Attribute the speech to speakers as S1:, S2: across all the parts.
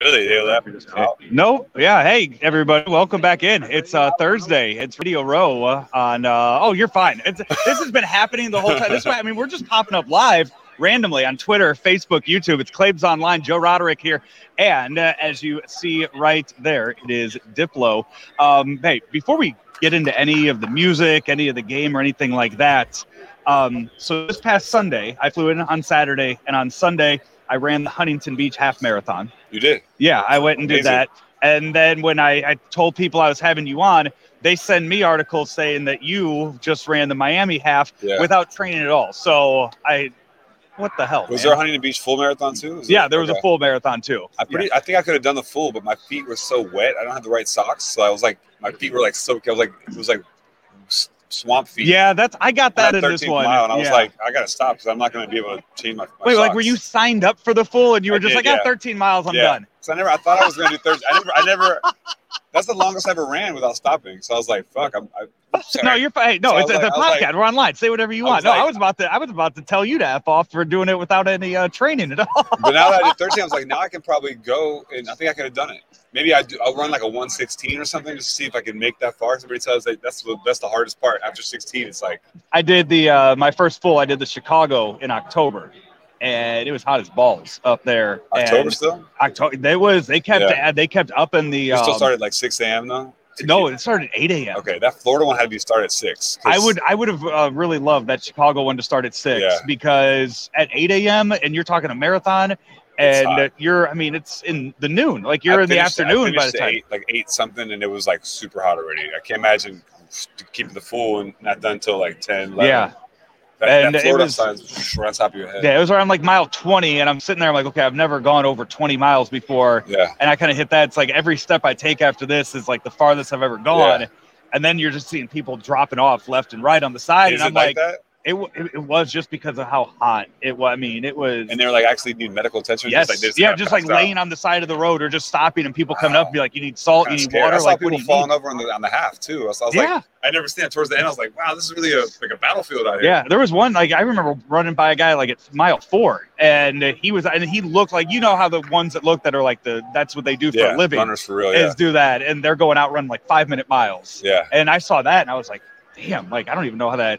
S1: really, they left.
S2: Nope. Yeah. Hey, everybody, welcome back in. It's uh, Thursday. It's Radio Row uh, on. Uh, oh, you're fine. It's, this has been happening the whole time. This way, I mean, we're just popping up live randomly on Twitter, Facebook, YouTube. It's Claves Online. Joe Roderick here, and uh, as you see right there, it is Diplo. Um, hey, before we get into any of the music, any of the game, or anything like that. Um, so this past Sunday, I flew in on Saturday, and on Sunday, I ran the Huntington Beach Half Marathon.
S1: You did.
S2: Yeah, I went and did
S1: Amazing.
S2: that. And then when I, I told people I was having you on, they send me articles saying that you just ran the Miami half
S1: Yeah.
S2: without training at all. So I, what the hell?
S1: Was
S2: man?
S1: there a Huntington Beach full marathon too? Is
S2: yeah,
S1: it-
S2: there was
S1: okay.
S2: a full marathon too.
S1: I pretty. I think I could have done the full, but my feet were so wet. I don't have the right socks, so I was like, my feet were like soaked. I was like, it was like s- swamp feet.
S2: yeah, that's I
S1: On
S2: got that
S1: that
S2: in this
S1: 13th
S2: one.
S1: mile, and I was
S2: Yeah.
S1: like, I gotta stop because I'm not gonna be able to change my. my
S2: wait, like
S1: socks.
S2: were you signed up for the full and you
S1: I
S2: were just
S1: did,
S2: like, ah,
S1: yeah.
S2: 13 miles, I'm
S1: Yeah.
S2: done.
S1: So I never. I thought I was gonna do Thursday. I never. I never. That's the longest I ever ran without stopping. So I was like, fuck. I'm. I, I'm sorry.
S2: No, you're fine. No,
S1: So I
S2: it's
S1: was
S2: it's
S1: like-
S2: a
S1: I was
S2: podcast.
S1: like-
S2: We're online. Say whatever you
S1: I
S2: want.
S1: was
S2: No, I
S1: like-
S2: was about to I was about to tell you to f off for doing it without any uh, training at all.
S1: But now that I did Thursday, I was like, now I can probably go, and I think I could have done it. Maybe I do, I'll run like a 116 or something just to see if I can make that far. Somebody tells that that's the that's the hardest part. After 16, it's like
S2: I did the uh, my first full. I did the Chicago in October, and it was hot as balls up there.
S1: October
S2: And
S1: still.
S2: October. They was they kept
S1: Yeah.
S2: they kept up in the.
S1: You still
S2: um,
S1: started like 6 a.m. though.
S2: No, it started at eight a.m.
S1: Okay, that Florida one had to be started at six. 'cause-
S2: I would I would have uh, really loved that Chicago one to start at six
S1: Yeah.
S2: because at eight a.m. and you're talking a marathon.
S1: It's hot.
S2: And you're, I mean, it's in the noon. Like you're
S1: I
S2: in the
S1: finished- I
S2: afternoon by the
S1: finished at
S2: time.
S1: eight, like eight something, and it was like super hot already. I can't imagine keeping the full and not done until like 10. 11.
S2: Yeah.
S1: that,
S2: And
S1: that
S2: it
S1: Florida
S2: was-
S1: signs whoosh, right on top of your head.
S2: Yeah, it was around like mile 20, and I'm sitting there, I'm like, okay, I've never gone over 20 miles before.
S1: Yeah,
S2: And I kind of hit that. It's like every step I take after this is like the farthest I've ever gone. And then you're just seeing people dropping off left and right on the side.
S1: Is
S2: and I'm
S1: it like
S2: like,
S1: that?
S2: it, wa- it, it was just because of how hot it was. I mean, it was.
S1: And they're like actually need medical attention.
S2: yes.
S1: they
S2: yeah,
S1: kinda
S2: just like
S1: passed out.
S2: laying on the side of the road or just stopping and people coming up
S1: Wow.
S2: and be like, you need salt, you
S1: Kinda
S2: need
S1: scared. I
S2: water.
S1: saw
S2: Like, what do
S1: people
S2: you
S1: falling
S2: need?
S1: over on the on the half too. I was, I was
S2: Yeah.
S1: like, I never seen that towards the end. I was like, wow, this is really a like a battlefield out here.
S2: Yeah, there was one like I remember running by a guy like at mile four, and he was and he looked like you know how the ones that look that are like the that's what they do for
S1: yeah,
S2: a living
S1: runners for real.
S2: is do that, and they're going out running like five minute miles.
S1: yeah,
S2: And I saw that, and I was like, damn, like I don't even know how that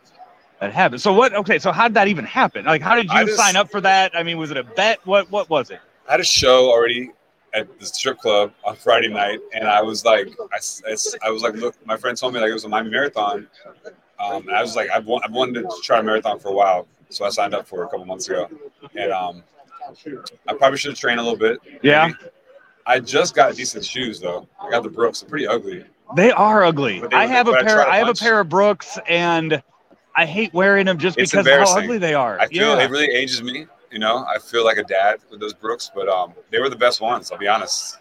S2: that happened. So what? Okay, so how did that even happen? Like, how did
S1: I
S2: you
S1: just-
S2: sign up for that? I mean, was it a bet? What what was it?
S1: I had a show already at the strip club on Friday night, and I was like, I, s- I s- I was like, look, my friend told me like it was a Miami Marathon, um, and I was like, I've, wa- I've wanted to try a marathon for a while, so I signed up for it a couple months ago, and um, I probably should have trained a little bit.
S2: Yeah,
S1: I just got decent shoes though. I got the Brooks, they're pretty ugly.
S2: they are ugly.
S1: But they-
S2: I have a
S1: but I
S2: pair.
S1: tried a
S2: I have a
S1: bunch.
S2: pair of Brooks, and I hate wearing them just
S1: It's
S2: because of how
S1: embarrassing.
S2: ugly they are.
S1: I feel
S2: yeah.
S1: it really ages me. You know, I feel like a dad with those Brooks, but um, they were the best ones. I'll be honest.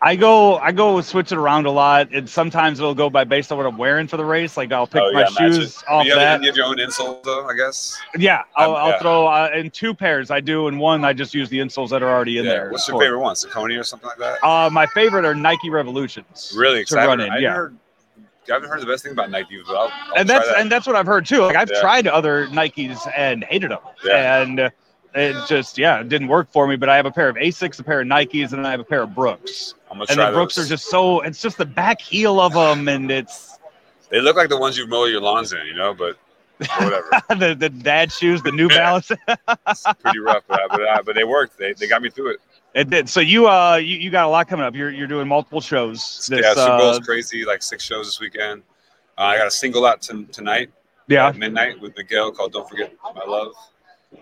S2: I go I go switch it around a lot, and sometimes it'll go by based on what I'm wearing for the race. Like I'll pick
S1: Oh,
S2: my
S1: yeah, matches.
S2: shoes off
S1: you,
S2: that.
S1: have, you have your own insole though, I guess.
S2: yeah, I'll,
S1: I'm-
S2: I'll
S1: yeah.
S2: throw uh, in two pairs. I do, and one I just use the insoles that are already in
S1: yeah.
S2: there.
S1: What's
S2: for-
S1: your favorite one? Saucony or something like that?
S2: Uh, my favorite are Nike Revolutions.
S1: really
S2: to
S1: excited.
S2: run in,
S1: I've
S2: yeah.
S1: heard, I haven't heard the best thing about Nike, but I'll, I'll
S2: and
S1: try
S2: that's
S1: that.
S2: and that's what I've heard too. Like I've
S1: Yeah.
S2: tried other Nikes and hated them,
S1: Yeah.
S2: and uh, it just yeah, it didn't work for me. But I have a pair of Asics, a pair of Nikes, and then I have a pair of Brooks.
S1: I'm gonna
S2: And
S1: try
S2: the Brooks
S1: those.
S2: are just so it's just the back heel of them, and it's
S1: They look like the ones you mow your lawns in, you know, but or whatever.
S2: the the dad shoes, the New
S1: Yeah.
S2: Balance.
S1: it's pretty rough, but, I, but, I, but they worked. They, they got me through it.
S2: It did. So you uh you, you got a lot coming up. You're you're doing multiple shows. This,
S1: yeah, Super Bowl's
S2: uh,
S1: crazy. Like six shows this weekend. Uh, I got a single out t- tonight.
S2: yeah,
S1: at midnight with Miguel called "Don't Forget My Love,"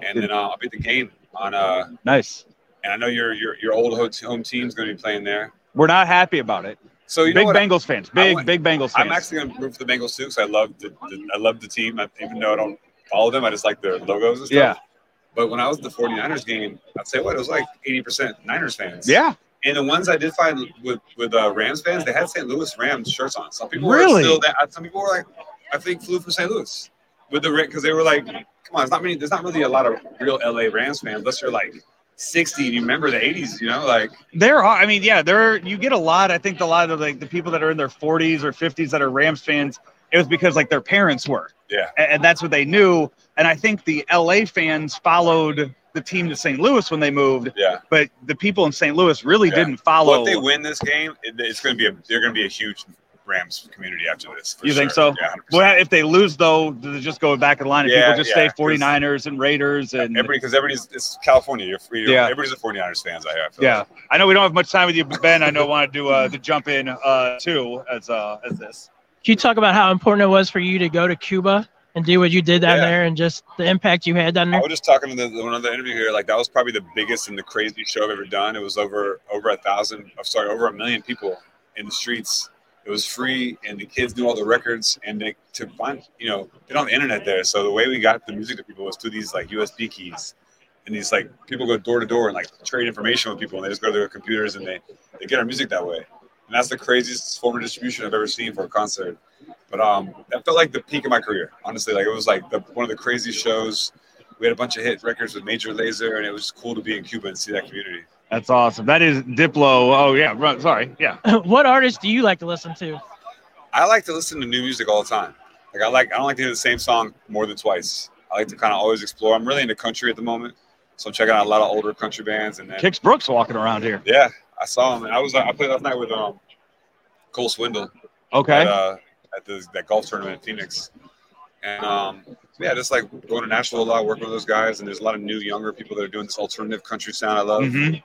S1: and then uh, I'll be at the game on. Uh,
S2: nice.
S1: and I know your your your old ho- home team's going to be playing there.
S2: We're not happy about it.
S1: So you know
S2: big
S1: what?
S2: Bengals fans. Big
S1: went-
S2: big Bengals fans.
S1: I'm actually going to root for the Bengals too because I love the, the I love the team. I, even though I don't follow them, I just like their logos and stuff.
S2: yeah
S1: But when I was at the 49ers game, I'd say what it was like 80% Niners fans.
S2: yeah.
S1: And the ones I did find with with uh, Rams fans, they had St. Louis Rams shirts on. Some people were
S2: Really?
S1: still that. uh, Some people were like, I think flew from St. Louis with the because they were like, come on, it's not many. There's not really a lot of real LA Rams fans unless you're like 60 and you remember the 80s. You know, like
S2: There are. I mean, yeah, there are, you get a lot. I think a lot of like the people that are in their 40s or 50s that are Rams fans. It was because like their parents were,
S1: yeah,
S2: a- and, that's what they knew. And I think the LA fans followed the team to St. Louis when they moved,
S1: Yeah.
S2: but the people in St. Louis really
S1: Yeah.
S2: didn't
S1: Well,
S2: follow.
S1: if they win this game, it, it's going to be a they're going to be a huge Rams community after this. for
S2: You think
S1: sure.
S2: so?
S1: Yeah. 100%.
S2: well, if they lose though, they just go back in line and
S1: Yeah,
S2: people just
S1: yeah,
S2: stay 49ers and Raiders and
S1: Everybody, because everybody's it's California. You're, free
S2: Yeah.
S1: Everybody's a 49ers fans. I have.
S2: Yeah, I know we don't have much time with you, but Ben. I know wanted to uh, to jump in uh, too as uh, as this.
S3: Can you talk about how important it was for you to go to Cuba and do what you did down
S1: Yeah.
S3: there and just the impact you had down
S1: I
S3: there?
S1: was just talking to the, one other interview here. Like that was probably the biggest and the craziest show I've ever done. It was over over a thousand. I'm sorry, over a million people in the streets. It was free, and the kids knew all the records. And they, to find, you know, they don't have the internet there. So the way we got the music to people was through these like USB keys. And these like people go door to door and like trade information with people, and they just go to their computers and they they get our music that way. And that's the craziest form of distribution I've ever seen for a concert. But um, that felt like the peak of my career, honestly. Like it was like the, one of the craziest shows we had a bunch of hit records with Major Laser, and it was cool to be in Cuba and see that community.
S2: That's awesome. That is Diplo. Oh yeah, right, sorry. Yeah,
S3: what artists do you like to listen to?
S1: I like to listen to new music all the time. Like I like, I don't like to hear the same song more than twice. I like to kind of always explore. I'm really into country at the moment, so I'm checking out a lot of older country bands. And then,
S2: Kix Brooks walking around here.
S1: yeah, I saw him, and I was I played last night with um Cole Swindle at,
S2: Okay.
S1: uh, at the, that golf tournament in Phoenix. And um, yeah, just like going to Nashville a lot, working with those guys, and there's a lot of new younger people that are doing this alternative country sound. I love.
S2: Mhm.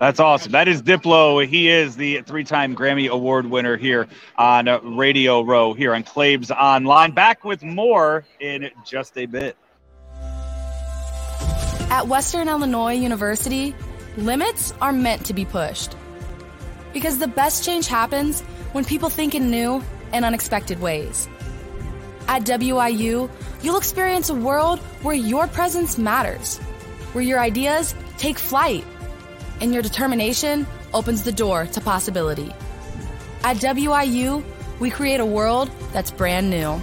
S2: That's awesome. That is Diplo. He is the three-time Grammy Award winner here on uh, Radio Row here on Claves Online. Back with more in just a bit.
S4: At Western Illinois University, limits are meant to be pushed. Because the best change happens when people think in new and unexpected ways. At WIU, you'll experience a world where your presence matters, where your ideas take flight, and your determination opens the door to possibility. At WIU, we create a world that's brand new.